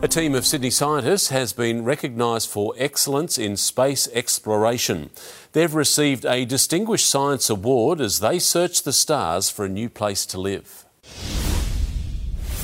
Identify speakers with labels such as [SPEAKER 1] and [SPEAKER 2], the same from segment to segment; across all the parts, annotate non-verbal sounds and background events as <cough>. [SPEAKER 1] A team of Sydney scientists has been recognised for excellence in space exploration. They've received a Distinguished Science Award as they search the stars for a new place to live.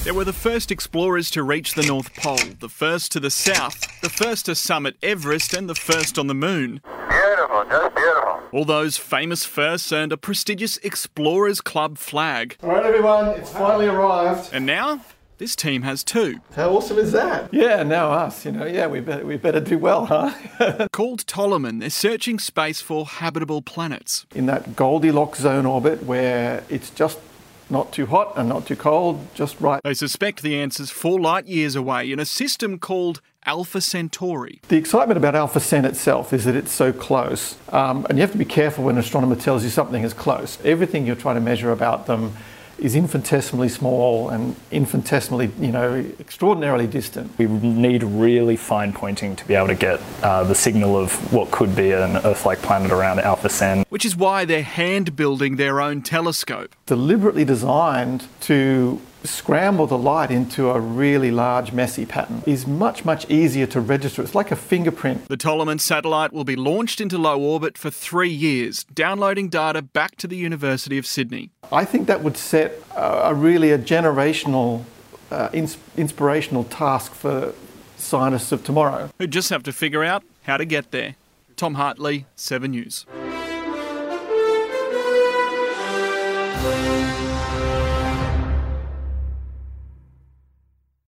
[SPEAKER 2] They were the first explorers to reach the North Pole, the first to the South, the first to summit Everest, and the first on the Moon.
[SPEAKER 3] Beautiful, just beautiful.
[SPEAKER 2] All those famous firsts earned a prestigious Explorers Club flag.
[SPEAKER 4] All right, everyone, it's finally arrived.
[SPEAKER 2] And now, this team has two.
[SPEAKER 4] How awesome is that?
[SPEAKER 5] Yeah, now us, you know, yeah, we better, we better do well, huh? <laughs>
[SPEAKER 2] Called Toloman, they're searching space for habitable planets.
[SPEAKER 5] In that Goldilocks zone orbit where it's just not too hot and not too cold, just right.
[SPEAKER 2] They suspect the answer's four light years away in a system called Alpha Centauri.
[SPEAKER 5] The excitement about Alpha Cent itself is that it's so close, um, and you have to be careful when an astronomer tells you something is close. Everything you're trying to measure about them is infinitesimally small and infinitesimally, you know, extraordinarily distant.
[SPEAKER 6] We need really fine pointing to be able to get uh, the signal of what could be an Earth like planet around Alpha Centauri.
[SPEAKER 2] Which is why they're hand building their own telescope.
[SPEAKER 5] Deliberately designed to scramble the light into a really large messy pattern is much much easier to register it's like a fingerprint
[SPEAKER 2] the toloman satellite will be launched into low orbit for three years downloading data back to the university of sydney
[SPEAKER 5] i think that would set a, a really a generational uh, ins- inspirational task for scientists of tomorrow
[SPEAKER 2] who just have to figure out how to get there tom hartley 7 news